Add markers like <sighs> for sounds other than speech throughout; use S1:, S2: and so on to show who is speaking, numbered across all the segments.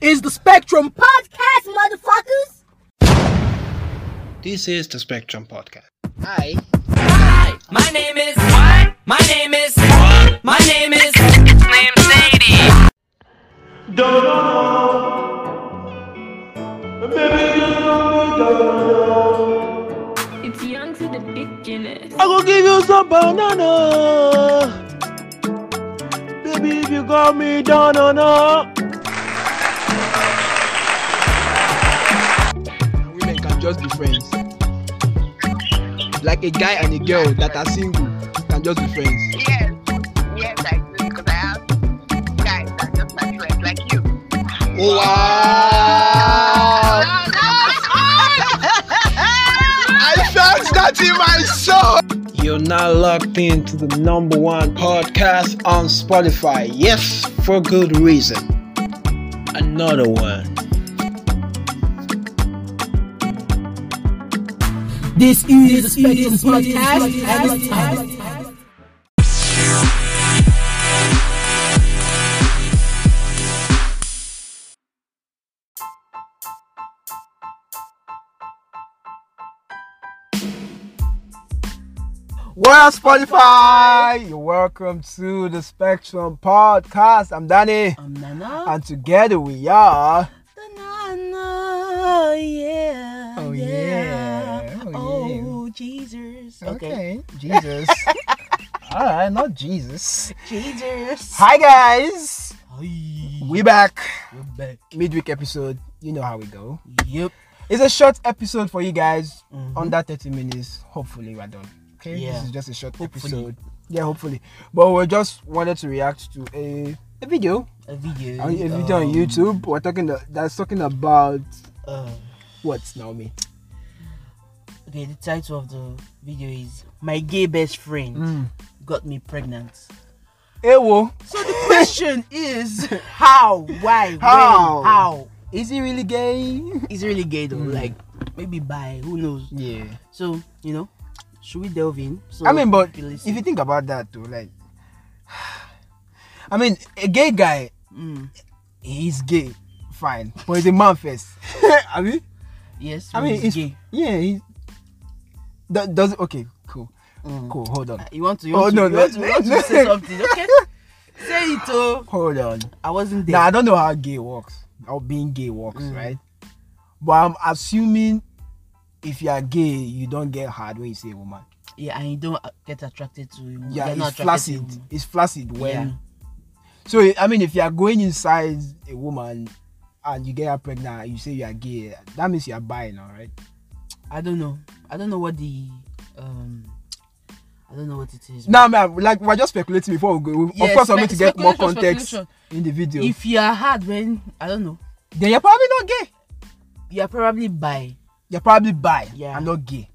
S1: is the Spectrum
S2: Podcast, motherfuckers!
S3: This is the Spectrum Podcast.
S2: Hi.
S4: Hi, my name is. My name is. My name is. Name Sadie.
S5: It's young to the big Guinness.
S6: I'm gonna give you some banana. Baby, if you got me down on her.
S1: Women can just be friends. Like a guy and a girl that are single can just be friends.
S7: Yes, yes, I do because I have guys that are just my friends like you.
S1: Wow! I felt that in my soul!
S3: You're now locked into the number one podcast on Spotify. Yes, for good reason. Another one.
S1: This is the Spectrum Podcast. We're on Spotify. You're welcome to the Spectrum Podcast. I'm Danny,
S2: I'm Nana.
S1: and together we are.
S2: Nana, yeah.
S1: Oh, yeah. Oh,
S2: Oh,
S1: yeah.
S2: Jesus. <laughs>
S1: Jesus. All right, not Jesus.
S2: Jesus.
S1: Hi guys, we back
S2: We're back.
S1: midweek episode. You know how we go.
S2: Yep.
S1: It's a short episode for you guys,
S2: Mhm.
S1: under 30 minutes. Hopefully, we're done. Okay,
S2: Yeah.
S1: this is just a short
S2: Hopefully.
S1: episode. Yeah, hopefully. But we just wanted to react to a, a video,
S2: A video.
S1: a video on
S2: um,
S1: YouTube. We're talking the, that's talking about
S2: Uh,
S1: what Naomi.
S2: okay, the title of the video is My Gay Best Friend Got Me Pregnant.
S1: Mm. Ewo,
S2: So the question is <laughs> how, why,
S1: How?
S2: when, how?
S1: is he really gay? <laughs>
S2: It's really gay though.
S1: Mm.
S2: Like maybe by who knows.
S1: Yeah.
S2: So you know, should we delve in? So
S1: I mean, but
S2: you
S1: if
S2: listen.
S1: you think about that too, like, <sighs> I mean, a gay guy
S2: Mm.
S1: he's gay, fine, but he's a man first. <laughs> I mean,
S2: yes,
S1: I mean,
S2: it's
S1: it's-
S2: gay.
S1: yeah, he do- does okay, cool,
S2: Mm.
S1: cool. Hold on,
S2: Uh, You want to? You
S1: Oh,
S2: want
S1: no,
S2: to, you want to, you want
S1: no.
S2: to say something?
S1: <laughs>
S2: Okay, say it. Oh,
S1: hold on.
S2: I wasn't there.
S1: Now I don't know how gay works, how being gay works,
S2: Mm.
S1: right? But I'm assuming if you are gay, you don't get hard when you see a woman.
S2: yeah, and you don't uh, get attracted to. you
S1: Yeah,
S2: are not
S1: it's
S2: attracted
S1: flaccid.
S2: To,
S1: It's flaccid when.
S2: Yeah.
S1: So I mean, if you are going inside a woman and you get her pregnant, and you say you are gay. That means you are bi now, right?
S2: I don't know. I don't know what the um. I don't know what it is.
S1: No, man. Like we're just speculating before we go.
S2: Yeah,
S1: of course, I'm going
S2: spe-
S1: to get more
S2: speculation,
S1: context
S2: speculation.
S1: in the video.
S2: If you are hard when I don't know,
S1: then you're probably not gay.
S2: you are probably bi.
S1: You're probably bi.
S2: Yeah.
S1: I'm not gay.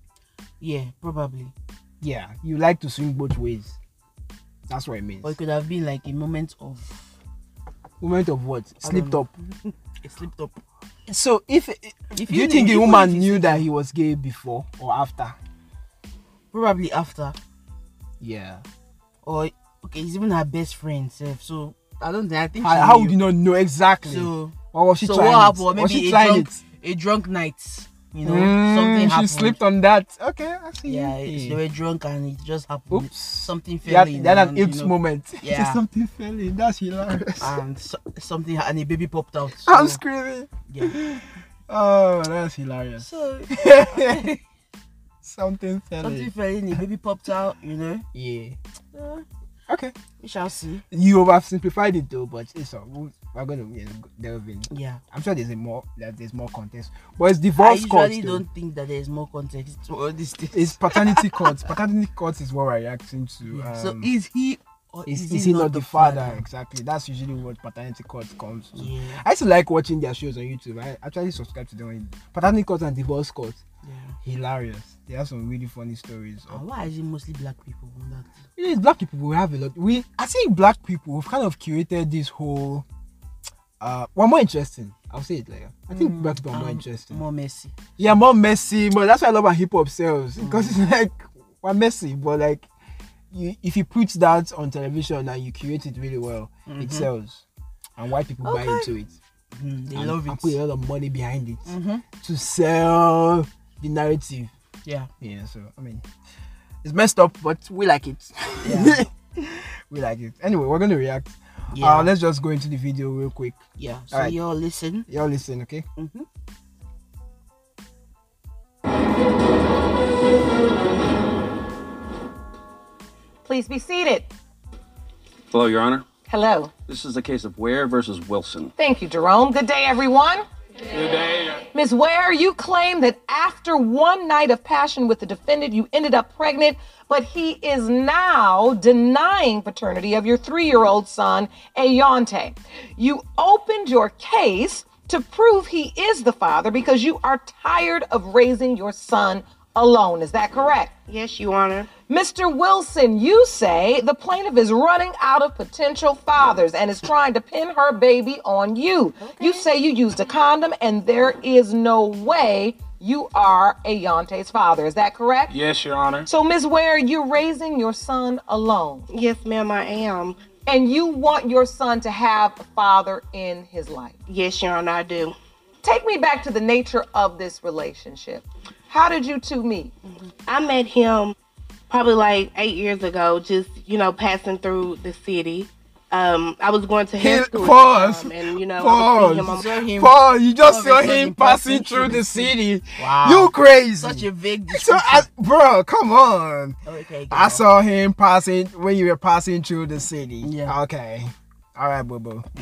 S2: Yeah, probably.
S1: Yeah. You like to swing both ways. That's what it means.
S2: Or it could have been like a moment of
S1: Moment of what? Slipped
S2: know.
S1: up.
S2: it slipped up.
S1: So if,
S2: If
S1: do you
S2: knew-
S1: think a
S2: even
S1: woman
S2: if it's-
S1: knew that he was gay before or after?
S2: probably after
S1: Yeah.
S2: or okay, he's even her best friend self. So I don't think I think
S1: How,
S2: she
S1: how
S2: knew.
S1: would you not know exactly?
S2: so
S1: or was she
S2: so
S1: trying
S2: what happened?
S1: it?
S2: Maybe
S1: was she
S2: a
S1: trying
S2: drunk
S1: it?
S2: a drunk night. You know,
S1: Mm,
S2: something
S1: she
S2: happened.
S1: slipped on that. Okay, I see.
S2: Yeah, it's- they were drunk and it just happened.
S1: Oops.
S2: Something fell
S1: Yeah,
S2: in.
S1: that an
S2: and, you
S1: oops
S2: know,
S1: moment.
S2: <laughs> Yeah. Ah,
S1: something fell in. That's hilarious.
S2: And so, something and a baby popped out.
S1: <laughs>
S2: So,
S1: I'm screaming.
S2: yeah.
S1: Oh, that's
S2: <laughs>
S1: hilarious. <laughs>
S2: So
S1: something fell
S2: something
S1: in.
S2: fell in, a baby popped out. You know,
S1: Yeah.
S2: Uh,
S1: Okay.
S2: we shall see.
S1: You oversimplified it though, but it's all. we'll- We're gonna yeah, delve in.
S2: Yeah.
S1: I'm sure there's a more like, there's more context, but it's
S2: I
S1: divorce court.
S2: usually
S1: though.
S2: don't think that there is more context to all these things.
S1: It's paternity court. Paternity court is what we're reacting
S2: <laughs>
S1: to. Um,
S2: so is he or
S1: is,
S2: is,
S1: is,
S2: he,
S1: he not, the father? Exactly. That's usually what paternity court comes to.
S2: Yeah,
S1: I used to like watching their shows on YouTube. I actually subscribe to them. on- Paternity court and divorce court.
S2: yeah.
S1: Hilarious. They have some really funny stories.
S2: And
S1: Of,
S2: why is it mostly black people on that? thing?
S1: You know, it's black people. We have a lot. We I think black people we've kind of curated this whole. Uh, we're more interesting. I'll say it later. I think black people are more
S2: Um,
S1: interesting.
S2: More messy.
S1: yeah, more messy. But that's why I love our hip hop sales
S2: Mm.
S1: because it's <laughs> like we're messy, but like you, if you put that on television and you curate it really well, it sells, and white people buy
S2: Mm-hmm. Okay.
S1: into it.
S2: Mhm, they
S1: Hmm, and,
S2: love
S1: and put
S2: it.
S1: a lot of money behind it
S2: hmm
S1: to sell the narrative.
S2: Yeah.
S1: Yeah, so I mean, it's messed up, but we like it.
S2: Yeah.
S1: <laughs> we like it. Anyway, we're gonna react.
S2: Yeah.
S1: Uh, let's just go into the video real quick.
S2: yeah. So
S1: Alright.
S2: you all listen.
S1: Y'all listen, okay?
S2: Mhm.
S8: Please be seated.
S9: Hello, Your Honor.
S8: Hello.
S9: This is the case of Ware versus Wilson.
S8: Thank you, Jerome. Good day, everyone. Good day. Ms. Ware, you claim that after one night of passion with the defendant, you ended up pregnant, but he is now denying paternity of your three year old son, Ayante. You opened your case to prove he is the father because you are tired of raising your son alone. Is that correct?
S10: Yes, Your Honor.
S8: Mr. Wilson, you say the plaintiff is running out of potential fathers and is trying to pin her baby on you. You say you used a condom and there is no way you are Ayante's father. Is that correct?
S9: Yes, Your Honor.
S8: So, Ms. Ware, you're raising your son alone
S10: Yes, ma'am, I am.
S8: and you want your son to have a father in his life.
S10: Yes, Your Honor, I do.
S8: Take me back to the nature of this relationship. How did you two meet?
S10: I met him probably like eight years ago, just, you know, passing through the city. Um, I was going to hair
S1: He- <laughs>
S10: school. at the
S1: pause.
S10: time, and, you know, I would see him on-
S1: Pause. Pause. You just saw him passing through the city. Wow. You crazy.
S2: Such a vague
S1: <laughs> so,
S2: description.
S1: I, bro, come on.
S2: okay, go
S1: I
S2: on.
S1: saw him passing when you were passing through the city.
S2: Yeah.
S1: Okay. All right, boo boo. <laughs>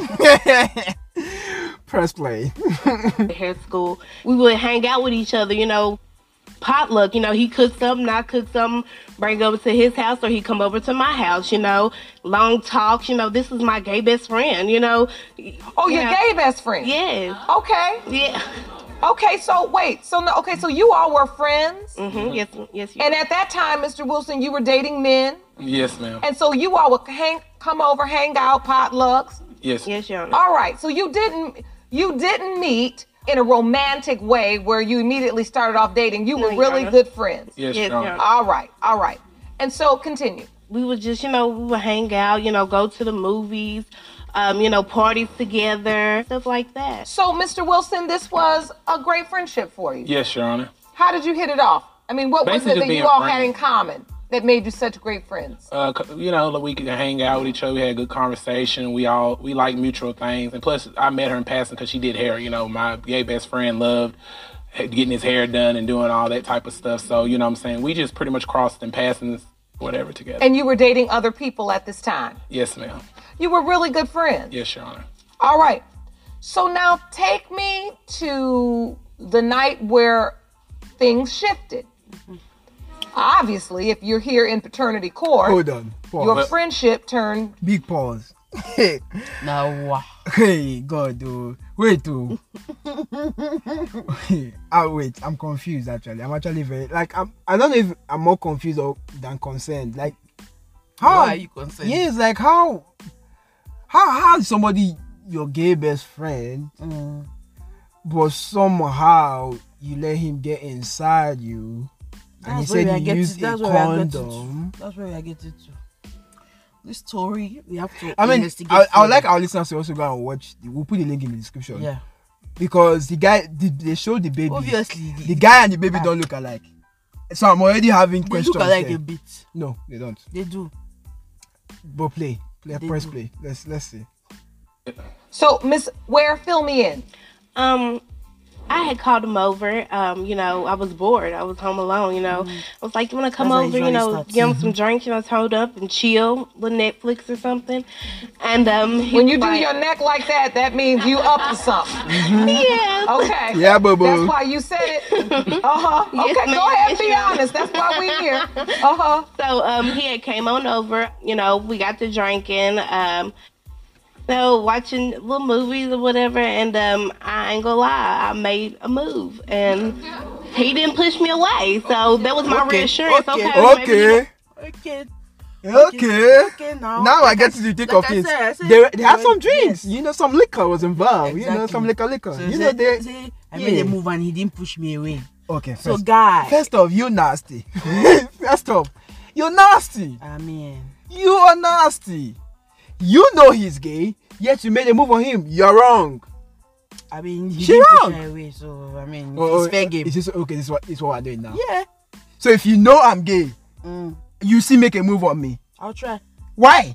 S1: Press play.
S10: to hair school. We would hang out with each other, you know, potluck. You know, he cooked something, I cooked something, bring over to his house, or he come over to my house, you know, long talks. You know, this is my gay best friend, you know.
S8: Oh, your
S10: Yeah.
S8: gay Oh. best friend.
S10: Yes.
S8: Okay.
S10: Yeah.
S8: Okay, so wait, so no, okay, so you all were friends,
S9: Mm-hmm.
S10: hmm Yes, yes.
S8: and at that time, Mr. Wilson, you were dating men,
S9: Yes, ma'am.
S8: and so you all would hang, come over, hang out, potlucks.
S9: Yes.
S10: Yes, Your Honor.
S8: All right, so you didn't, you didn't meet in a romantic way where you immediately started off dating. You were
S10: Your
S8: really
S10: Honor.
S8: good friends.
S9: Yes,
S10: Yes,
S9: Your Honor.
S10: Your Honor.
S8: All right, all right, and so continue.
S10: we would just, you know, we would hang out, you know, go to the movies, um, you know, parties together, stuff like that.
S8: So, Mr. Wilson, this was a great friendship for you.
S9: Yes, Your Honor.
S8: How did you hit it off? I mean, what
S9: Basically
S8: was it
S9: just
S8: that
S9: being
S8: you all had
S9: friends.
S8: in common that made you such great friends?
S9: Uh, c- you know, like, we could hang out with each other. We had good conversation. We all we like mutual things, and plus, I met her in passing because she did hair. You know, my gay best friend loved ha- getting his hair done and doing all that type of stuff. So, you know, what I'm saying we just pretty much crossed in passing, whatever together.
S8: And you were dating other people at this time.
S9: yes, ma'am.
S8: You were really good friends.
S9: Yes, Your Honor.
S8: All right. So now take me to the night where things shifted. Obviously, if you're here in paternity court,
S1: Hold on. Pause.
S8: your friendship turned.
S1: Big pause. <laughs>
S2: Now, wow.
S1: Hey, God, oh. Wait, oh. <laughs> ah, wait, I'm confused actually. I'm actually very, like, I'm, I don't know if I'm more confused or, than concerned. Like, how?
S2: Why are you concerned?
S1: Yes, like, how? How, how is somebody, your gay best friend,
S2: Mm.
S1: but somehow you let him get inside you? And he
S2: where
S1: said
S2: we are
S1: he
S2: getting-
S1: used a
S2: that's where we are getting to.
S1: condom.
S2: That's where I get it to. This story, we have to.
S1: I mean,
S2: investigate
S1: I, I would
S2: further.
S1: like our listeners to also go and watch. The, we'll put the link in the description.
S2: Yeah.
S1: because the guy the, they showed the baby.
S2: Obviously, the, Ah.
S1: the guy and the baby don't look alike. So I'm already having
S2: they
S1: questions.
S2: look alike
S1: there.
S2: a bit.
S1: no, they don't.
S2: They do.
S1: But play, play,
S2: They
S1: press
S2: do.
S1: play. Let's let's see.
S8: So, Miss Ware, fill me in.
S10: Um, I had called him over. Um, you know, I was bored. I was home alone. You know, I was like, "You want to come
S2: Mm-hmm. That's how
S10: over? You
S2: usually
S10: know,
S2: starts.
S10: give him some drinks. You know, hold up and chill, little Netflix or something." And um, he
S8: When
S10: was
S8: you do
S10: like,
S8: your neck like that, that means you up to something.
S10: <laughs> yeah,
S8: Okay.
S1: Yeah, boo
S8: That's
S1: boo.
S8: why you said it. Uh huh. Okay,
S10: Yes,
S8: go
S10: ma'am.
S8: ahead. Be
S10: Yes, ma'am.
S8: honest. That's why we here. Uh huh.
S10: So um, he had came on over. You know, we got to drinking. Um, so watching little movies or whatever, and um, I ain't gonna lie, I made a move, and he didn't push me away. So that was my
S2: Okay,
S10: reassurance.
S2: okay,
S10: Okay. maybe you-
S1: Okay,
S2: Okay.
S1: okay.
S2: Okay. Now.
S1: Now I get to the thick
S2: like
S1: of
S2: I
S1: things.
S2: said, I said-
S1: They, they had some
S2: Yes.
S1: drinks. You know, some liquor was involved. You know,
S2: Exactly.
S1: some liquor, liquor.
S2: So
S1: you
S2: say-
S1: know, they.
S2: say, I made
S1: yeah.
S2: a move and he didn't push me away.
S1: Okay, first.
S2: So, guy.
S1: First off, you nasty. <laughs> first off, you're nasty.
S2: I mean,
S1: You are nasty. You know he's gay, yet you made a move on him. You're wrong.
S2: I mean, he
S1: She
S2: didn't push
S1: wrong.
S2: her away, so I mean,
S1: Oh,
S2: it's fair game.
S1: Is this okay? This is what this is what we're doing now.
S2: Yeah.
S1: So if you know I'm gay,
S2: Mm.
S1: you see, make a move on me.
S2: I'll try.
S1: Why?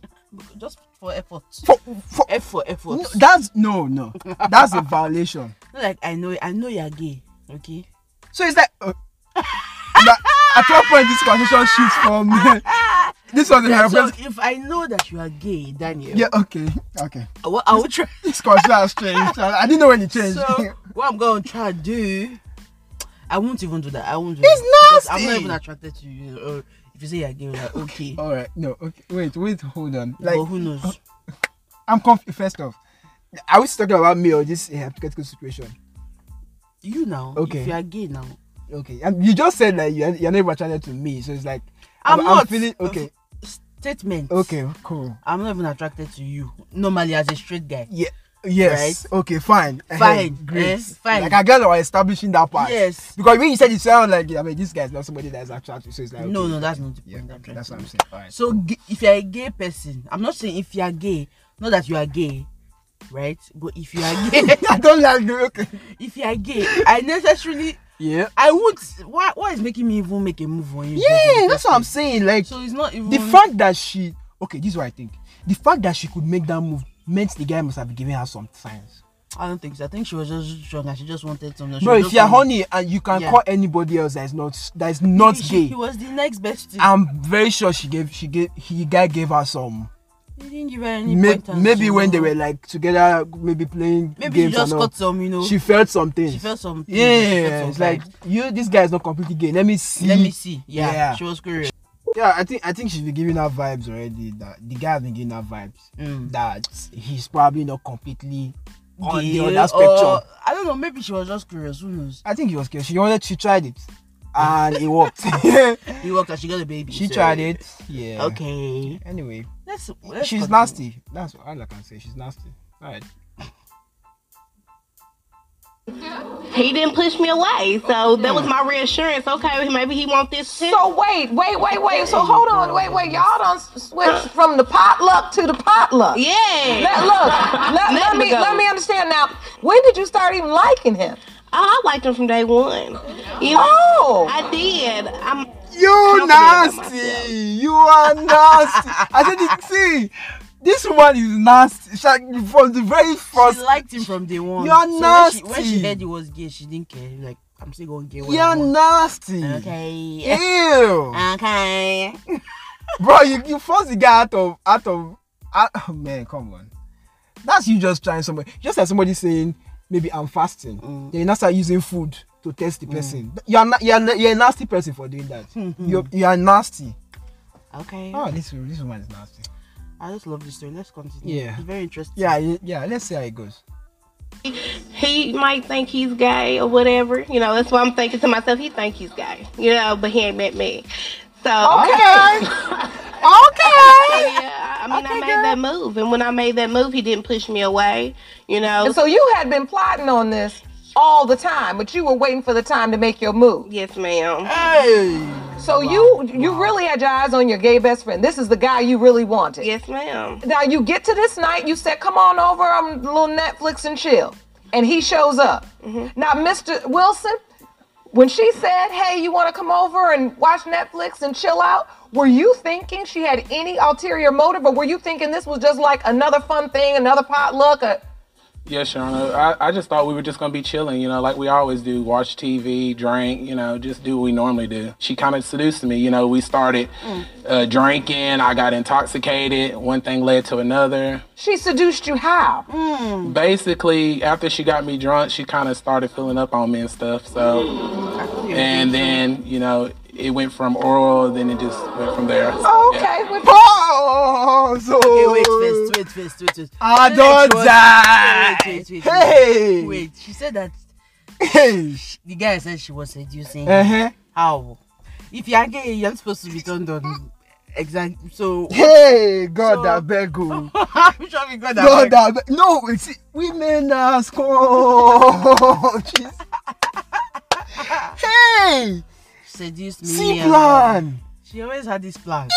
S2: Just for effort.
S1: For, for
S2: effort, effort.
S1: No, that's no, no. That's a <laughs> violation.
S2: Not like I know, I know you're gay. Okay.
S1: So it's like uh, that- at what point this conversation shifts from <laughs> this Ah! was the
S2: Yeah, so
S1: helpless.
S2: if I know that you are gay, Daniel,
S1: Yeah. Okay. Okay.
S2: I will, I will try.
S1: This conversation has changed. I, I didn't know when it changed.
S2: So what I'm gonna try to do, I won't even do that. I won't. Do
S1: It's
S2: that because I'm not
S1: nasty.
S2: even attracted to you. Or if you say you're gay, we're like okay.
S1: <laughs> All right. No. Okay. Wait. Wait. Hold on. <laughs>
S2: Like,
S1: Like
S2: but who knows?
S1: I'm confused. First off, are we still talking about me or this hypothetical situation?
S2: You now.
S1: Okay.
S2: If you are gay now.
S1: Okay. And you just said that you're, you're not even attracted to me, so it's like
S2: I'm not.
S1: feeling okay.
S2: Statement.
S1: Okay. Cool.
S2: I'm not even attracted to you. Normally, as a straight guy.
S1: Yeah. Yes. Okay. Fine. Eh,
S2: Fine,
S1: great.
S2: eh, fine.
S1: Like I guess I was establishing that part.
S2: Yes.
S1: Because when you said it sounded like I mean this guy's not somebody that's attractive, so it's like
S2: No,
S1: okay,
S2: no, that's not the
S1: Yeah,
S2: point. I'm
S1: okay,
S2: trying
S1: that's
S2: to
S1: what I'm
S2: make.
S1: saying. Alright.
S2: So g- if you're a gay person, I'm not saying if you are gay, not that you are gay, right? But if you
S1: <laughs>
S2: are gay,
S1: <laughs>
S2: <laughs>
S1: I don't like the okay.
S2: if you are gay, I necessarily,
S1: Yeah.
S2: I would. What what is making me even make a move on you?
S1: Yeah, that's what I'm saying. Like
S2: So it's not even
S1: the fact that she okay, this is what I think. The fact that she could make that move meant the guy must have given her some signs.
S2: I don't think so. I think she was just drunk and she just wanted something. She
S1: Bro,
S2: was
S1: if
S2: just
S1: you're
S2: horny.
S1: honey and you can
S2: Yeah.
S1: call anybody else that is not that is not
S2: She-
S1: gay,
S2: He was the next best thing.
S1: I'm very sure she gave she gave he guy gave her some.
S2: he didn't give her any
S1: May,
S2: pointers,
S1: maybe
S2: you
S1: when they
S2: know.
S1: were like together, maybe playing
S2: maybe she
S1: games
S2: just
S1: and all,
S2: got some, you know.
S1: she felt something.
S2: she felt some. things, she felt
S1: Yeah,
S2: some
S1: it's like
S2: vibes.
S1: you. This guy is not completely gay. Let me see.
S2: let me see. Yeah,
S1: Yeah.
S2: she was curious.
S1: Yeah, I think I think she's been giving her vibes already. That the guy has been giving her vibes.
S2: Mm.
S1: That he's probably not completely on the
S2: Gay
S1: other spectrum.
S2: or- I don't know. Maybe she was just curious. Who knows?
S1: I think he was scared. She wanted. She tried it, and it worked. <laughs> she
S2: He worked and she got a baby. so-
S1: tried it. Yeah.
S2: Okay.
S1: Anyway,
S2: Let's, let's
S1: she's
S2: continue.
S1: nasty. That's all I can say. She's nasty. Alright.
S10: He didn't push me away, so that was my reassurance. Okay, maybe he want this too.
S8: So wait, wait, wait, wait. So hold on, wait, wait. Y'all done switched from the potluck to the potluck.
S10: yeah.
S8: Let, look, let, let
S10: Nothing
S8: me
S10: to go.
S8: let me understand now. When did you start even liking him?
S10: Oh, I liked him from day one. You know,
S8: Oh,
S10: I did. I'm
S1: You
S10: confident about myself.
S1: nasty. You are nasty. I said it. See, this woman is nasty. She, like, from the very first.
S2: She liked him from day one.
S1: You're
S2: so when she- When she,
S1: nasty.
S2: heard he was gay, she didn't care. Like, I'm still going to get what I
S1: You're
S2: want.
S1: nasty.
S2: Okay. <laughs> Uh,
S1: Ew.
S2: Okay.
S1: Bro, you, you force the guy out of out of out, oh, man, come on. That's you just trying somebody. Just like somebody saying, maybe I'm fasting.
S2: Mm.
S1: Then you now start using food to test the person. You're na- you're na- you're a nasty person for doing
S2: <laughs>
S1: that. you're you're nasty.
S2: Okay.
S1: Oh, this this woman is nasty.
S2: I just love this story. Let's continue.
S1: Yeah.
S2: It's very interesting.
S1: Yeah, y- yeah. Let's see how it goes.
S10: he might think he's gay or whatever. You know, that's why I'm thinking to myself, he think he's gay. You know, but he ain't met me. So
S1: Okay.
S10: So,
S1: okay.
S10: yeah, I I mean, I
S1: Okay,
S10: made
S1: girl.
S10: that move, and when I made that move, he didn't push me away. You know,
S8: and so you had been plotting on this all the time, but you were waiting for the time to make your move.
S10: yes, ma'am.
S1: Hey.
S8: So you you really had your eyes on your gay best friend. This is the guy you really wanted.
S10: Yes, ma'am.
S8: Now you get to this night, you said, "Come on over, I'm a little Netflix and chill," and he shows up. Now, Mr. Wilson, when she said, "Hey, you want to come over and watch Netflix and chill out," were you thinking she had any ulterior motive, or were you thinking this was just like another fun thing, another potluck? A-
S9: Yeah, Shauna. I, I just thought we were just gonna be chilling, you know, like we always do, watch TV, drink, you know, just do what we normally do. She kind of seduced me, you know. We started
S8: Mm.
S9: uh, drinking. I got intoxicated. One thing led to another.
S8: she seduced you how?
S9: Basically, after she got me drunk, she kind of started filling up on me and stuff. So, and then you know, it went from oral, then it just went from there.
S8: Oh,
S9: Yeah.
S8: okay. Well,
S1: Pause.
S2: Okay, wait first, wait first, wait first.
S1: I
S2: She said
S1: don't
S2: she was-
S1: die.
S2: Wait, wait, wait,
S1: Hey.
S2: wait. Wait, she said that
S1: Hey.
S2: the guy said she was seducing.
S1: Uh huh.
S2: How? If you are gay, you're not supposed to be turned on. Exactly. So, <laughs>
S1: Hey, God,
S2: So-
S1: that bego.
S2: I'm sure we got that.
S1: God,
S2: right.
S1: that be- no, it's women are scotch. hey,
S2: Seduced me.
S1: see
S2: and-
S1: plan.
S2: She always had this plan.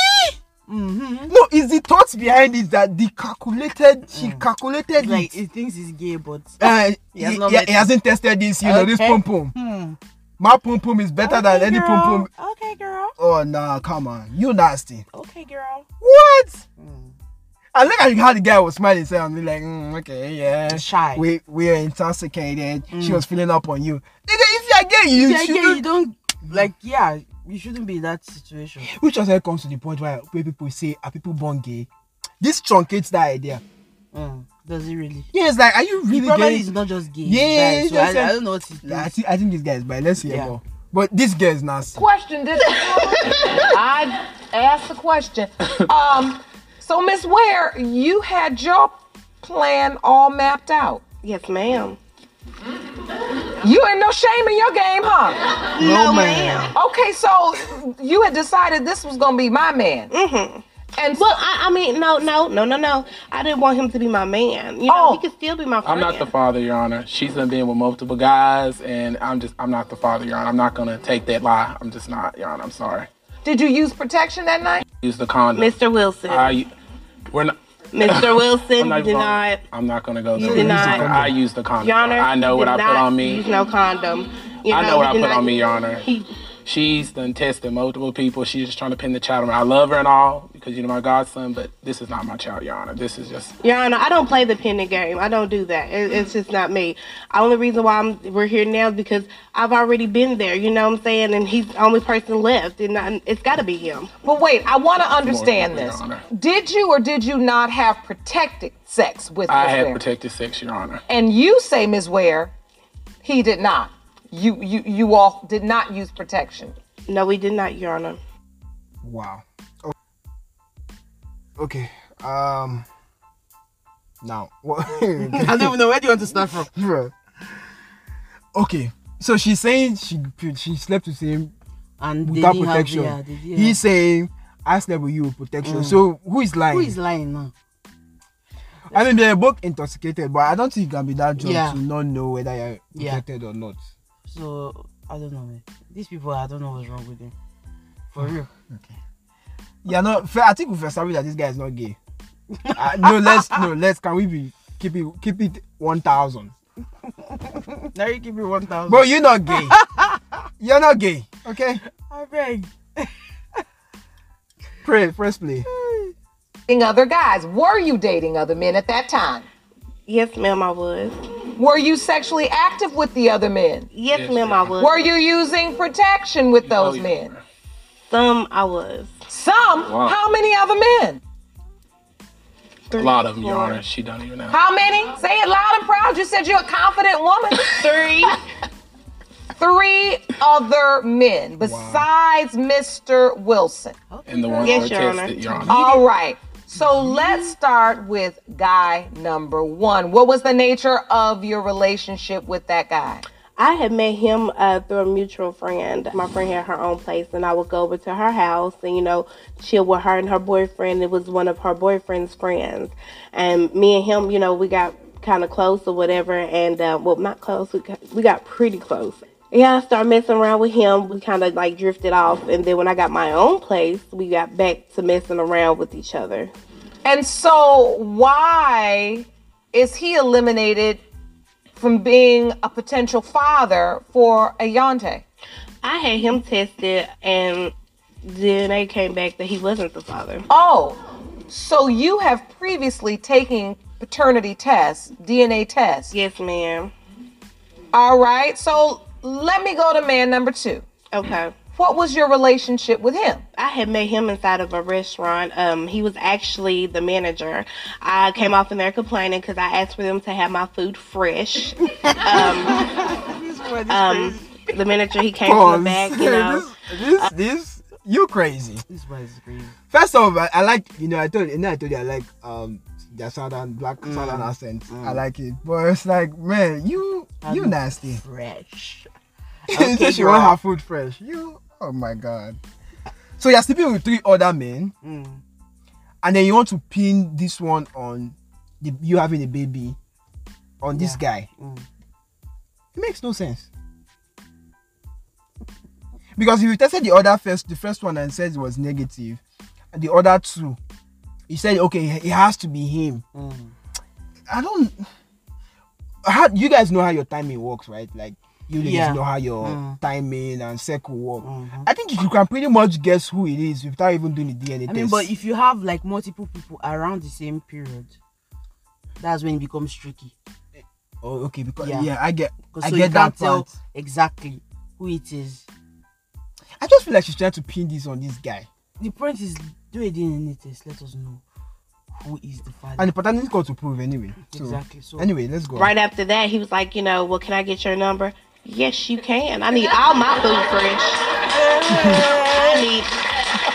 S1: No, it's the thoughts behind it that the calculated. She calculated
S2: like
S1: it.
S2: he thinks he's gay, but
S1: Uh,
S2: Mm. he has
S1: he-
S2: not
S1: yeah,
S2: met
S1: he
S2: him.
S1: hasn't tested this. You know this
S2: Okay.
S1: pom pom.
S2: Hmm.
S1: My pom pom is better than any pom pom.
S2: Okay, girl.
S1: Oh nah, come on, you nasty.
S2: Okay, girl.
S1: What?
S2: Mm.
S1: I look at how the guy was smiling so I'm like, mm, okay, yeah. Shy. We we are intoxicated. She was feeling up on you. Nigga, if you are gay, you,
S2: Mm. If you're gay,
S1: shouldn't-
S2: you don't like. Yeah, you shouldn't be in that situation.
S1: Which also comes to the point where, where people say, are people born gay? This truncates that idea.
S2: Mm, does it really?
S1: Yeah, it's like, are you
S2: He
S1: really
S2: probably
S1: gay?
S2: is not just gay. he's
S1: yeah,
S2: bi, so
S1: that's
S2: I, I
S1: it.
S2: don't know what he
S1: Nah, I think, I think this guy is bi. Let's hear more. But this girl is nasty.
S8: question. Did I asked the question? Um, so Miss Ware, you had your plan all mapped out.
S10: Yes, ma'am.
S8: You ain't no shame in your game, huh?
S10: No, No, ma'am.
S8: Okay, so you had decided this was gonna be my man.
S9: Mm.
S10: Mm-hmm.
S8: And
S10: well, I, I mean, no, no, no, no, no. I didn't want him to be my man. You know,
S1: Oh.
S10: he could still be my friend.
S9: I'm not the father, Your Honor. She's done been with multiple guys, and I'm just, I'm not the father, Your Honor. I'm not gonna take that lie. I'm just not, Your Honor. I'm sorry.
S8: Did you use protection that night?
S9: Use the condom.
S10: Mr. Wilson.
S9: I, we're not. <laughs>
S10: Mr. Wilson,
S9: I'm not even
S10: you did
S9: gonna-
S10: not-
S9: I'm not gonna go
S10: you
S9: there.
S10: did not-
S9: I used the condom.
S10: Your Honor,
S9: I know
S10: he
S9: what
S10: did
S9: I put
S10: not
S9: on me.
S10: Use no condom. You
S9: I know what I
S10: he
S9: put
S10: did not-
S9: on me, Your Honor.
S10: He,
S9: She's done tested multiple people. She's just trying to pin the child on me. I love her and all because you know my godson, but this is not my child, Your Honor. This is just
S10: Your Honor, I don't play the pending game. I don't do that. It, it's just not me. Only reason why I'm, we're here now is because I've already been there. You know what I'm saying? And he's the only person left, and I, it's got to be him.
S8: But wait, I want to understand
S9: Your
S8: this.
S9: Honor.
S8: Did you or did you not have protected sex with
S9: I
S8: Miss
S9: had
S8: Ware?
S9: protected sex, Your Honor.
S8: and you say, Ms. Ware, he did not. You you you all did not use protection.
S10: No, we did not, Your Honor.
S1: Wow. O- Okay. Um. Now, <laughs> what?
S2: I don't even know where do you want to start from.
S1: Bruh. Okay. So she's saying she she slept with him
S2: and they
S1: without
S2: didn't have-
S1: protection.
S2: yeah, they didn't have-
S1: He's saying I slept with you with protection.
S2: Mm.
S1: So who is lying?
S2: Who is lying now?
S1: I mean, they're both intoxicated, but I don't think you can be that drunk
S2: Yeah.
S1: to not know whether you're
S2: Yeah.
S1: protected or not.
S2: So I don't know. man. These people, I don't know what's wrong with them. For real.
S1: Yeah, no. Fair, I think we've established that this guy is not gay. uh, no, let's no, let's. Can we be keep it keep it one thousand?
S2: now you give me one thousand.
S1: Bro, you're not
S2: <laughs>
S1: gay. you're not gay. Okay.
S2: I beg.
S1: Pray, press play.
S8: Dating other guys. Were you dating other men at that time?
S10: Yes, ma'am, I was.
S8: Were you sexually active with the other men?
S10: Yes, Yes, ma'am, I ma'am. was.
S8: Were you using protection with those men?
S10: Some I was.
S8: Some?
S9: Wow.
S8: How many other men?
S9: A lot of them, Your Honor. She don't even know.
S8: How many? Say it loud and proud. You said you're a confident woman.
S10: Three.
S8: Three other men besides Mr. Wilson.
S9: And the ones
S8: Yes,
S9: that
S8: Your
S9: are tested, Your Honor.
S8: All right. So let's start with guy number one. What was the nature of your relationship with that guy?
S10: I had met him uh, through a mutual friend. My friend had her own place, and I would go over to her house and, you know, chill with her and her boyfriend. It was one of her boyfriend's friends. And me and him, you know, we got kind of close or whatever. And, uh, well, not close, we got, we got pretty close. Yeah, I started messing around with him. We kind of like drifted off. And then when I got my own place, we got back to messing around with each other.
S8: And so why is he eliminated from being a potential father for Ayante?
S10: I had him tested, and then they came back that he wasn't the father.
S8: Oh, so you have previously taken paternity tests, DNA tests.
S10: Yes, ma'am.
S8: All right. So let me go to man number two.
S10: Okay.
S8: What was your relationship with him?
S10: I had met him inside of a restaurant. Um, he was actually the manager. I came off in there complaining because I asked for them to have my food fresh. Um, um, the manager he came from
S1: <laughs>
S10: the back, you know.
S1: this, this, this, you crazy.
S2: This one is crazy.
S1: First of all, I, I like you know I told you know I told you I like um their southern black southern accent. I like it, but it's like man, you you nasty.
S2: Fresh.
S1: <laughs> She said she want her food fresh. You, oh my god. So you're sleeping with three other men, and then you want to pin this one on the, you having a baby on this guy.
S2: Mm.
S1: It makes no sense. Because if you tested the other first, the first one and said it was negative, the other two, he said, okay, it has to be him.
S2: Mm,
S1: I don't. How you guys know how your timing works, right? Like you ladies
S2: Yeah.
S1: know how your
S2: Mm.
S1: timing and circle work.
S2: uh-huh.
S1: I think you can pretty much guess who it is without even doing the DNA
S2: I
S1: test.
S2: mean, but if you have like multiple people around the same period, that's when it becomes tricky.
S1: oh, okay, because yeah, I get,
S2: 'Cause
S1: I
S2: so
S1: get
S2: you
S1: that
S2: can't tell
S1: part.
S2: exactly who it is.
S1: I just feel like she's trying to pin this on this guy.
S2: The point is, do a DNA test. Let us know who is the father.
S1: And the paternity got to prove anyway. So,
S2: Exactly, so-
S1: anyway, let's go.
S10: Right after that, he was like, you know, well, can I get your number? Yes, you can. I need all my food fresh. I need <laughs>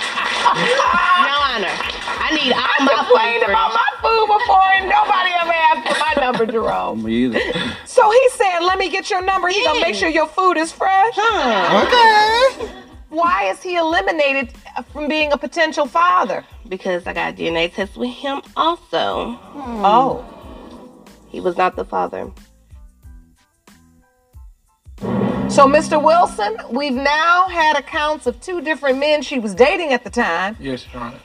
S10: no honor. I need all my
S8: complained
S10: food
S8: about my
S10: fresh.
S8: food before and nobody ever asked for my number, Jerome.
S9: Me either.
S8: <laughs> So he's saying, let me get your number. He's gonna make sure your food is fresh.
S1: Okay.
S8: Why is he eliminated from being a potential father?
S10: Because I got a DNA test with him also.
S8: Oh.
S10: He was not the father.
S8: So, Mr. Wilson, we've now had accounts of two different men she was dating at the time,
S9: Yes, Your Honor.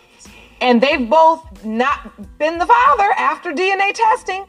S8: and they've both not been the father after DNA testing.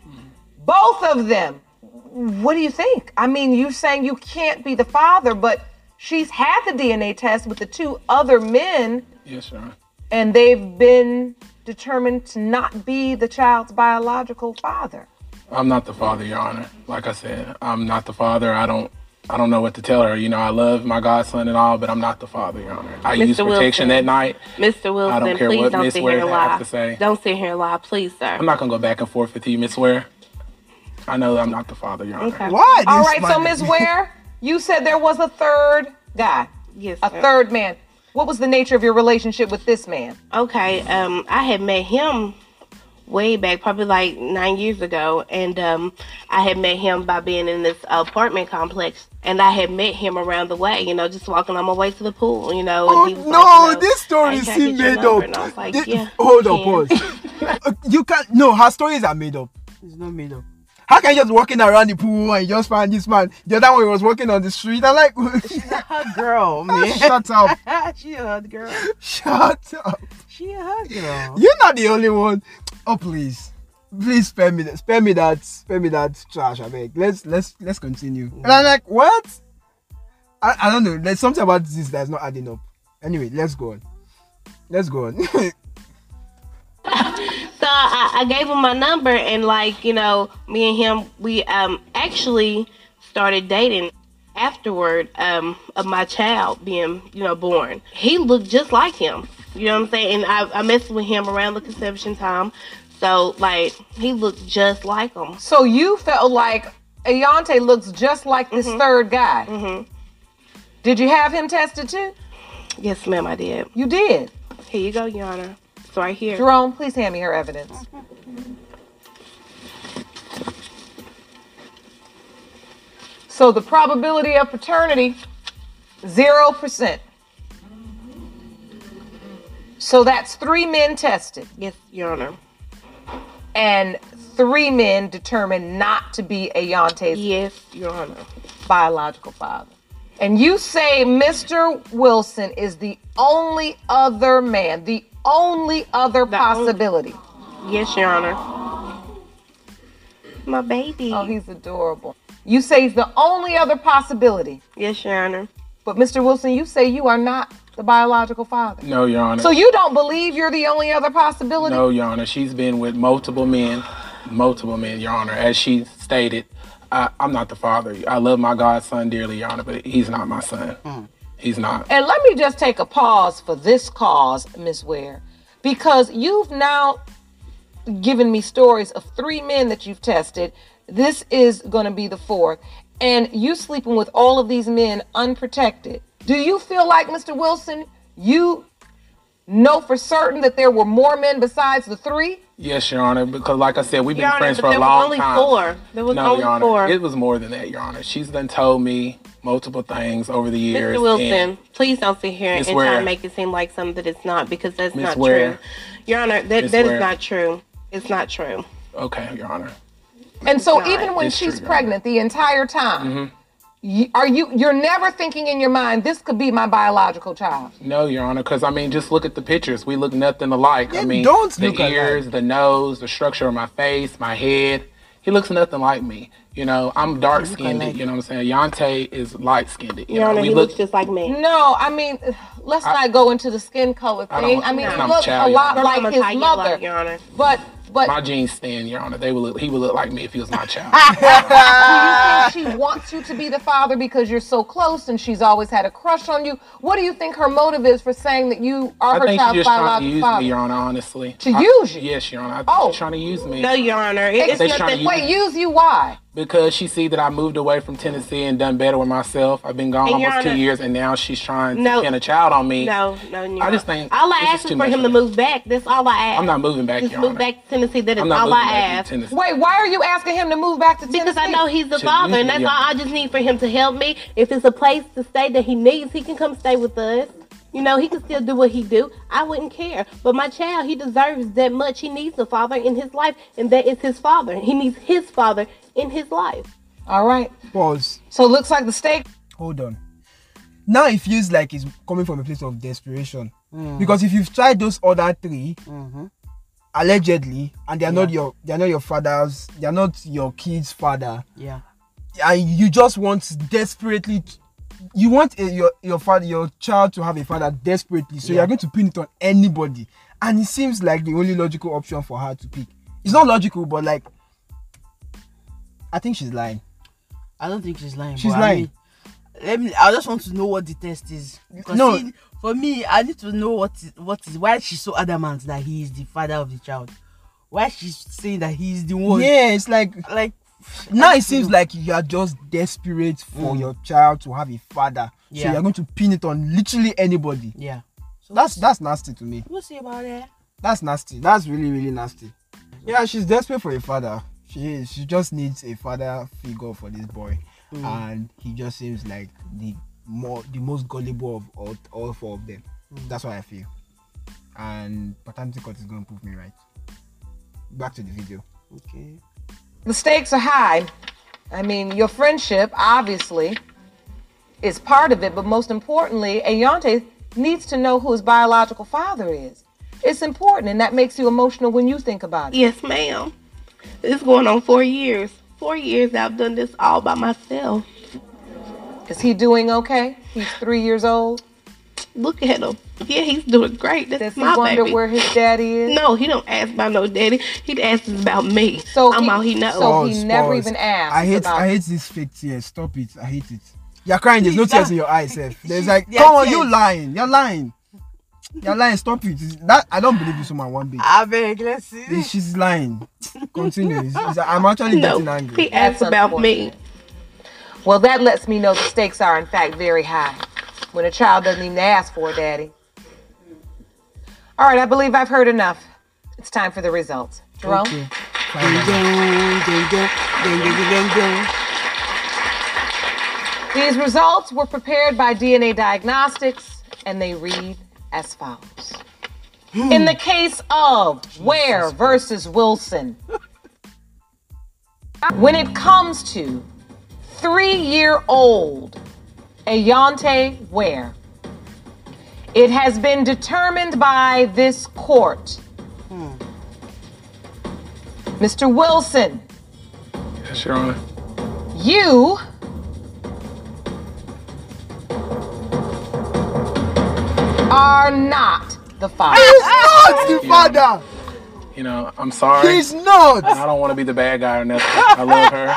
S8: Both of them. What do you think? I mean, you saying you can't be the father, but she's had the DNA test with the two other men,
S9: Yes, Your Honor.
S8: and they've been determined to not be the child's biological father.
S9: I'm not the father, Your Honor. Like I said, I'm not the father. I don't. I don't know what to tell her. You know, I love my godson and all, but I'm not the father, Your Honor. I
S10: Mr.
S9: used protection
S10: Wilson.
S9: that night.
S10: Mr. Wilson,
S9: I don't care
S10: please
S9: what
S10: don't
S9: Miss
S10: sit
S9: Ware
S10: here and lie.
S9: have to say.
S10: Don't sit here and lie, please, sir.
S9: I'm not gonna go back and forth with you, Miss Ware. I know I'm not the father, Your Honor.
S10: Okay.
S1: Why?
S8: All
S1: this
S8: right, so
S1: man-
S8: Ms. Ware, you said there was a third guy,
S10: Yes,
S8: a
S10: sir.
S8: third man. What was the nature of your relationship with this man?
S10: Okay, um, I had met him way back, probably like nine years ago, and um, I had met him by being in this apartment complex, and I had met him around the way, you know, just walking on my way to the pool, you know.
S1: Oh
S10: and he
S1: no,
S10: was like, you know,
S1: this story
S10: "Hey,
S1: is
S10: can I get your
S1: made
S10: number?"
S1: up.
S10: And I was like,
S1: This-
S10: yeah,
S1: hold
S10: you
S1: on,
S10: can."
S1: pause.
S10: <laughs>
S1: Uh, you can't. No, her stories are made up.
S2: It's not made up.
S1: How can you just walking around the pool and you just find this man? The other one was walking on the street. I'm like, <laughs>
S2: Hot
S1: Oh,
S2: girl, man.
S1: shut up,
S2: <laughs> she a hot girl.
S1: shut up.
S2: She a
S1: <laughs>
S2: hot girl.
S1: You're not the only one. Oh please, please spare me, that- spare me that, spare me that trash. I beg. Let's let's let's continue. And I'm like, what? I, I don't know. There's something about this that's not adding up. Anyway, let's go on. Let's go on. <laughs>
S10: So I, I gave him my number, and like you know, me and him, we um actually started dating afterward um of my child being you know born. He looked just like him. You know what I'm saying? And I, I messed with him around the conception time, so like he looked just like him.
S8: So you felt like Ayante looks just like this third guy. Did you have him tested too?
S10: Yes, ma'am, I did.
S8: You did.
S10: Here you go, Your Honor. It's right here.
S8: Jerome, please hand me her evidence. So the probability of paternity, 0%. So that's three men tested
S10: Yes, Your Honor.
S8: and three men determined not to be Ayante's
S10: Yes, Your Honor.
S8: biological father. And you say Mr. Wilson is the only other man, the only other
S10: The only-
S8: possibility.
S10: Yes, Your Honor. My baby.
S8: Oh, he's adorable. You say he's the only other possibility.
S10: yes, Your Honor.
S8: But Mr. Wilson, you say you are not the biological father.
S9: No, Your Honor.
S8: So you don't believe you're the only other possibility?
S9: No, Your Honor. She's been with multiple men, multiple men, Your Honor. As she stated, I, I'm not the father. I love my godson dearly, Your Honor, but he's not my son.
S10: Mm.
S9: He's not.
S8: And let me just take a pause for this cause, Miss Ware, because you've now given me stories of three men that you've tested. This is going to be the fourth, and you sleeping with all of these men unprotected. Do you feel like Mr. Wilson, you know for certain that there were more men besides the three?
S9: Yes, Your Honor, because like I said, we've been
S10: Your Honor,
S9: friends
S10: but
S9: for a
S10: there was
S9: long
S10: only
S9: time.
S10: four. There was
S9: no,
S10: only
S9: Your Honor,
S10: four.
S9: it was more than that, Your Honor. She's done told me multiple things over the years.
S10: Mr. Wilson,
S9: and-
S10: please don't sit here
S9: Miss
S10: and try
S9: Ware.
S10: to make it seem like something that it's not because that's
S9: Miss
S10: not
S9: Ware.
S10: true. Your Honor, that,
S9: Miss
S10: that
S9: Ware.
S10: is not true. It's not true.
S9: okay, Your Honor.
S8: And so
S10: not.
S8: even when
S9: It's
S8: she's
S9: true, Your Honor.
S8: pregnant the entire time, You, are you? You're never thinking in your mind. This could be my biological child.
S9: No, Your Honor, because I mean, just look at the pictures. We look nothing alike. I
S8: They
S9: mean,
S8: don't
S9: the
S8: look alike.
S9: ears, the nose, the structure of my face, my head. He looks nothing like me. You know, I'm dark skinned.
S10: alike.
S9: You know what I'm saying? Yante is light skinned. You
S10: Your
S9: know,
S10: Honor,
S9: we
S10: he
S9: look.
S10: looks just like me.
S8: No, I mean, let's not go into the skin color
S9: I
S8: thing.
S9: don't-
S8: I, mean,
S9: that's
S8: he
S9: not
S8: looks
S9: child,
S8: a lot
S9: Your
S8: like
S9: Honor.
S8: his
S9: Like your
S8: mother.
S9: like, Your Honor.
S8: But but
S9: my jeans stand, Your Honor. They would look. He would look like me if he was
S10: <laughs>
S9: my child.
S8: do you think she wants you to be the father because you're so close and she's always had a crush on you? What do you think her motive is for saying that you are
S9: I
S8: her
S9: think she's
S8: child's
S9: just trying to
S8: biological
S9: use
S8: father?
S9: me, Your Honor. Honestly,
S8: To
S9: I-
S8: use you?
S9: Yes, Your Honor. I think
S8: Oh.
S9: she's trying to use me.
S10: No, Your Honor. It,
S9: It's
S10: it's
S9: They
S10: nothing.
S9: trying to use
S8: Wait,
S9: me.
S8: use you why?
S9: Because she see that I moved away from Tennessee and done better with myself. I've been gone
S10: And Your
S9: almost two
S10: Honor-
S9: years, and now she's trying to
S10: No.
S9: pin a child on me.
S10: No, no, Your
S9: I just
S10: Honor.
S9: think
S10: all I
S9: it's just
S10: asked is
S9: too
S10: for
S9: much
S10: him to move back. That's all I asked.
S9: I'm not moving back,
S10: Just
S9: Your
S10: move
S9: Honor.
S10: back to Tennessee. That is
S9: I'm not
S10: all I
S9: moving back to
S10: asked.
S9: Tennessee.
S8: Wait, why are you asking him to move back to Tennessee?
S10: Because I know he's the
S9: To
S10: father,
S9: use
S10: and
S9: it,
S10: that's
S9: yeah.
S10: all I just need for him to help me. If it's a place to stay that he needs, he can come stay with us. You know, he can still do what he do. I wouldn't care. But my child, he deserves that much. He needs a father in his life, and that is his father. He needs his father in his life.
S8: All right.
S1: Pause.
S8: So it looks like the steak.
S1: Hold on. Now it feels like it's coming from a place of desperation. Because if you've tried those other three, Mm-hmm. allegedly, and they're not your they're not your father's, they're not your kid's father,
S2: Yeah.
S1: and you just want desperately you want a, your your father your child to have a father desperately so you're going to pin it on anybody and it seems like the only logical option for her to pick it's not logical but like i think she's lying
S2: I don't think she's lying.
S1: She's
S2: but I
S1: lying.
S2: mean- let me. I just want to know what the test is. 'Cause
S1: No.
S2: see, for me, I need to know what is what is why she's so adamant that he is the father of the child. Why she's saying that he is the one.
S1: yeah it's like
S2: Like
S1: now it seems like you are just desperate for
S2: Mm.
S1: your child to have a father so
S2: Yeah.
S1: you're going to pin it on literally anybody
S2: yeah.
S1: that's that's nasty to me
S2: We'll see about that.
S1: That's nasty. That's really, really nasty. Yeah, she's desperate for a father. She is. She just needs a father figure for this boy,
S2: Mm.
S1: and he just seems like the more the most gullible of all, all four of them. That's what I feel. And paternity court is going to prove me right. Back to the video.
S2: Okay.
S8: The stakes are high. I mean, your friendship obviously is part of it, but most importantly, Ayante needs to know who his biological father is. It's important, and that makes you emotional when you think about it.
S10: Yes, ma'am. It's going on four years. Four years I've done this all by myself.
S8: Is he doing okay? He's three years old.
S10: Look at him. Yeah, he's doing great. That's
S8: Does he
S10: my
S8: wonder
S10: baby.
S8: where his daddy is?
S10: No, he don't ask about no daddy. He asks about me.
S8: So
S10: I'm
S8: he-
S10: all he knows.
S8: so Oh, he never even asked
S1: I hate.
S8: about-
S1: I hate this fake tears. Stop it. I hate it. You're crying. There's no
S2: Please,
S1: tears
S2: that-
S1: in your eyes,
S8: <laughs>
S1: Seth. There's
S2: She's-
S1: like,
S2: they are
S1: come on, you
S2: tears.
S1: lying. You're lying. You're lying. Stop it. It's- That I don't believe this woman one bit.
S2: I beg. Let's see.
S1: This- She's lying. Continue. It's- it's- I'm actually
S10: no,
S1: getting angry.
S10: he asks
S8: That's
S10: about me.
S8: Well, that lets me know the stakes are, in fact, very high when a child doesn't even ask for it, Daddy. All right, I believe I've heard enough. It's time for the results. Jerome?
S2: Okay.
S1: Fine.
S2: Dun, dun, dun, dun, dun, dun, dun.
S8: These results were prepared by DNA Diagnostics and they read as follows. In the case of Ware versus Wilson, when it comes to three year old Ayante Ware, it has been determined by this court. Mr. Wilson,
S9: Yes, Your Honor.
S8: you are not the father.
S1: He's not the father.
S9: You know, I'm sorry.
S1: He's not.
S9: I don't want to be the bad guy or nothing. I love her. and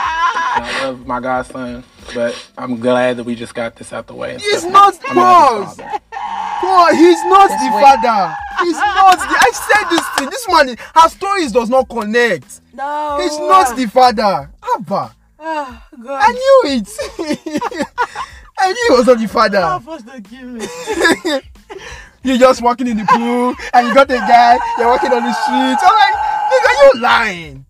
S9: I love my godson, but I'm glad that we just got this out the way. and
S1: He's
S9: stuff.
S1: not.
S9: I'm not his
S1: Pause.
S9: father.
S1: Pause. He's not
S8: This
S1: the
S8: way.
S1: father. He's not. The, I said this thing. This man, her stories does not connect.
S2: No.
S1: He's not the father. Abba.
S2: Ah, God.
S1: I knew it. <laughs> I knew he was not the father.
S2: Help us to give it.
S1: <laughs> you just walking in the pool and you got a guy. You're walking on the streets. I'm like, nigga, you lying.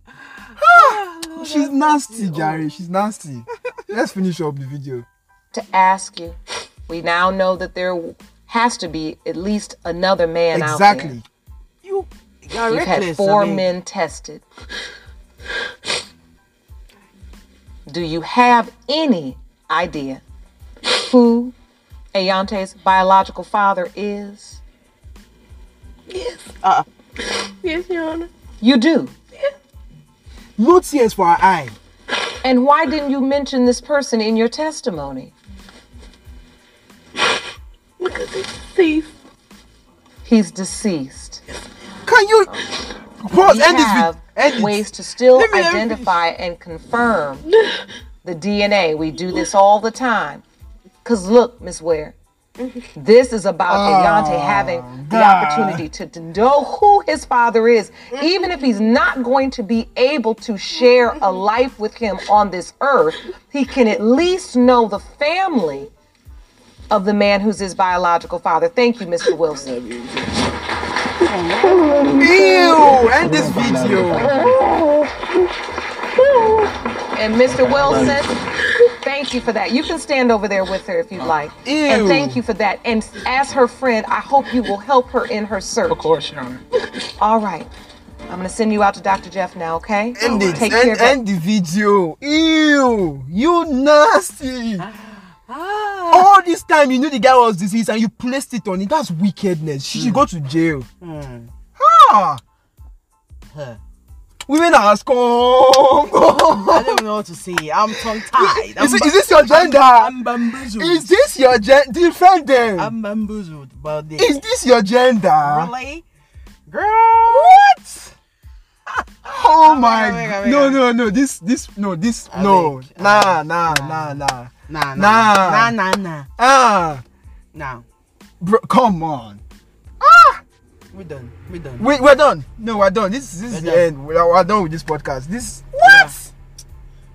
S8: Ah,
S1: <sighs> She's nasty, Jerry. She's nasty. Let's finish up the video.
S8: To ask you, we now know that there has to be at least another man
S1: Exactly.
S2: You. You're
S8: out there. You've
S2: reckless.
S8: had four
S2: I mean.
S8: men tested. Do you have any I did. Who Ayante's biological father is?
S10: Yes.
S8: Uh,
S10: Yes, Your Honor.
S8: you do.
S1: No tears for our eye.
S8: And why didn't you mention this person in your testimony?
S10: Because he's deceased.
S8: He's deceased.
S1: Can you pause?
S8: We
S1: end this
S8: have
S1: video. End it.
S8: ways to still
S1: Let me- let me-
S8: identify and confirm the DNA. We do this all the time. Cause look, Miss Ware, this is about
S1: Oh,
S8: Ayante having the opportunity to, to know who his father is, even if he's not going to be able to share a life with him on this earth. He can at least know the family of the man who's his biological father. Thank you, Mr. Wilson.
S1: Ew! End this video.
S8: And Mr. Wilson, thank you for that. You can stand over there with her if you'd like.
S1: Ew.
S8: And thank you for that. And as her friend, I hope you will help her in her search.
S9: Of course, Your Honor.
S8: All right. I'm going to send you out to Dr. Jeff now, okay?
S1: End it.
S8: Take
S1: End,
S8: care.
S1: end the video. Ew! You nasty.
S8: Ah.
S1: All this time you knew the guy was deceased and you placed it on it. That's wickedness. She should go to jail. Ah!
S2: Huh.
S1: Women are scum.
S2: I don't know what to say. I'm tongue tied.
S1: is, it- is this your gender?
S2: I'm bamboozled.
S1: Is this your gender? Defend them.
S2: I'm bamboozled about this.
S1: Is this your gender?
S2: really? Girl. <laughs>
S1: What? Oh
S2: wait,
S1: my
S2: wait,
S1: god.
S2: wait,
S1: No,
S2: wait.
S1: no, no. This, this, no, this,
S2: I
S1: no.
S2: beg,
S1: Nah, nah, nah, nah.
S2: Nah,
S1: Nah.
S2: nah, nah, nah, nah,
S1: Ah,
S2: nah.
S1: bro, come on.
S2: We done. We done.
S1: We, we're done. No, we're done. This, this is
S2: We're
S1: the
S2: done.
S1: end. We're, we're done with this podcast. This, what?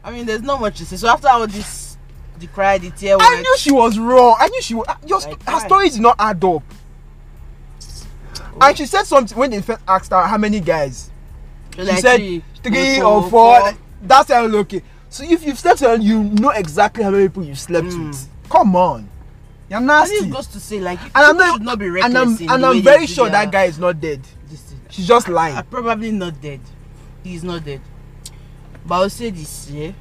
S2: I mean, there's not much to say. So after all this, the cry, the tear,
S1: I
S2: work,
S1: knew she was wrong. I knew she was. Your, st-
S2: Like
S1: her
S2: what?
S1: story did not add up.
S2: Oh.
S1: And she said something when they first asked her how many guys.
S2: she
S1: She said three or four. That's how okay. So if you've slept with, you know exactly how many people you slept with. Come on, you're
S2: I
S1: nasty.
S2: think Hmm. it
S1: And
S2: goes to say like people
S1: I'm not,
S2: should not be reckless.
S1: and I'm
S2: in the
S1: and
S2: way
S1: I'm
S2: they
S1: very
S2: do
S1: sure
S2: their-
S1: that guy is not dead.
S2: this thing.
S1: She's just lying.
S2: I <laughs> probably not dead. He's not dead. But I'll say this, yeah.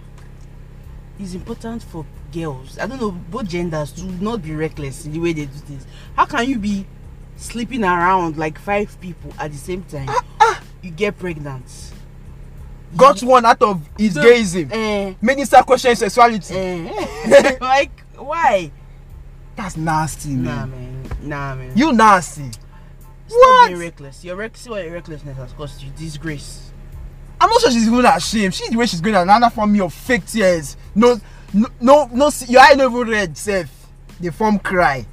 S2: It's important for girls, I don't know, both genders to not be reckless in the way they do things. How can you be sleeping around like five people at the same time?
S1: Ah,
S2: You get pregnant.
S1: Got one out of his gayism.
S2: Eh,
S1: Made him start questioning sexuality.
S2: eh. <laughs> like, why?
S1: That's nasty,
S2: Nah,
S1: man.
S2: man. Nah, man.
S1: You nasty.
S2: Stop being
S1: what?
S2: reckless. Your reck- see what your recklessness has cost you. Disgrace.
S1: I'm not sure she's even ashamed. She's the way she's going another form of fake tears. No, no, no, no see- your eye never red, safe. The form cry.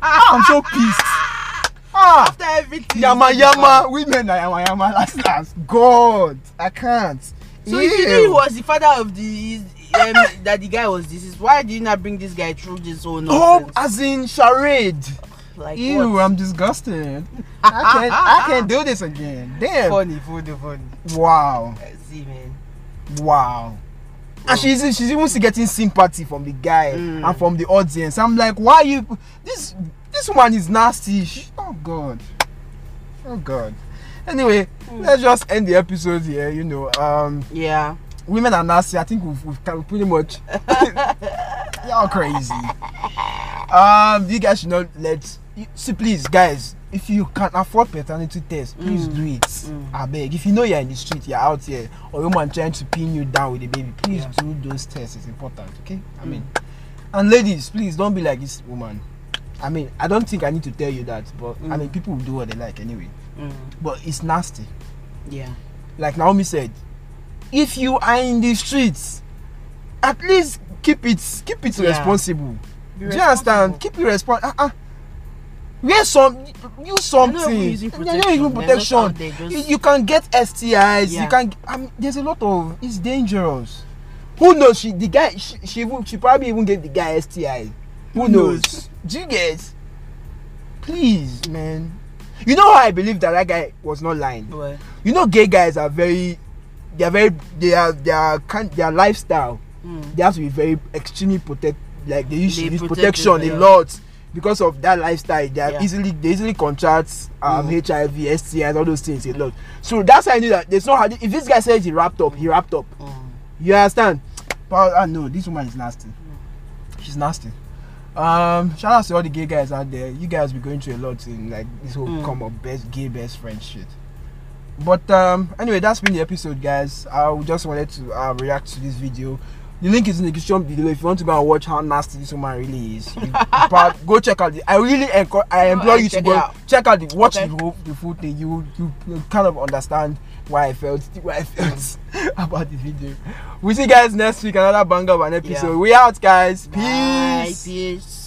S1: Ah, I'm so pissed. Ah,
S2: After everything.
S1: yama yama, women are yama yama. Last last, God, I can't.
S2: So if you knew he was the father of the um, <laughs> that the guy was deceased, why did you not bring this guy through this whole
S1: hope
S2: nonsense?
S1: as in charade.
S2: like
S1: Ew,
S2: what?
S1: I'm disgusted. I can't, I can't do this again. Damn.
S2: Funny, funny, funny.
S1: Wow,
S2: Uh, See, man.
S1: wow. And she's she's even still getting sympathy from the guy
S2: Mm.
S1: and from the audience. I'm like, why you this this woman is nasty. She, oh god. Oh god. Anyway, let's just end the episode here. You know, um,
S2: Yeah.
S1: women are nasty. I think we've, we've ca- pretty much <laughs> y'all crazy. Um, you guys should not let. you- See, please, guys, if you can afford paternity test, please do it. I beg. If you know you're in the street, you're out here, or woman trying to pin you down with a baby, please do those tests. It's important. Okay. I mean, and ladies, please don't be like this woman. I mean, I don't think I need to tell you that, but I mean, people will do what they like anyway.
S2: Mm.
S1: But it's nasty
S2: Yeah.
S1: like Naomi said, if you are in the streets, at least keep it keep it
S2: Yeah.
S1: responsible.
S2: Be
S1: Do you understand? Keep it responsible. Uh-uh. Wear some, use
S2: not even
S1: something.
S2: using
S1: They're not using
S2: protection. They're just out
S1: protection.
S2: there
S1: You,
S2: just-
S1: you can get STIs.
S2: Yeah.
S1: You can. I mean, there's a lot of. It's dangerous. Who knows? She the guy. She she, even- she probably even gave the guy STI. Who knows?
S2: knows?
S1: Do you get? Please, man. You know how I believe that that guy was not lying
S2: Well,
S1: you know gay guys are very they are very they are they are kind their lifestyle
S2: mm.
S1: they have to be very extremely protect like they usually
S2: They
S1: use
S2: protect
S1: protection
S2: it,
S1: a
S2: yeah.
S1: lot because of that lifestyle they are
S2: Yeah. Hmm.
S1: easily they easily contract um hiv stis all those things a lot so that's how i knew that there's no how if this guy says he wrapped up he wrapped up
S2: Mm.
S1: ah, you understand but i know this woman is nasty She's nasty. Um, shout out to all the gay guys out there. You guys be going through a lot in like this whole
S2: Mm.
S1: come up best gay best friend shit. But um, anyway, that's been the episode, guys. I just wanted to uh, react to this video. The link is in the description below. If you want to go and watch how nasty this woman really is, you-
S2: <laughs>
S1: but go check out the. I really encourage. I implore you to
S2: check
S1: go
S2: it out.
S1: check out the watch
S2: Okay.
S1: the whole the full thing. You you you kind of understand why I felt why I felt <laughs> about the video. We will see you guys next week. Another banger of an episode.
S2: Yeah.
S1: We out, guys.
S2: Bye,
S1: Peace.
S2: peace.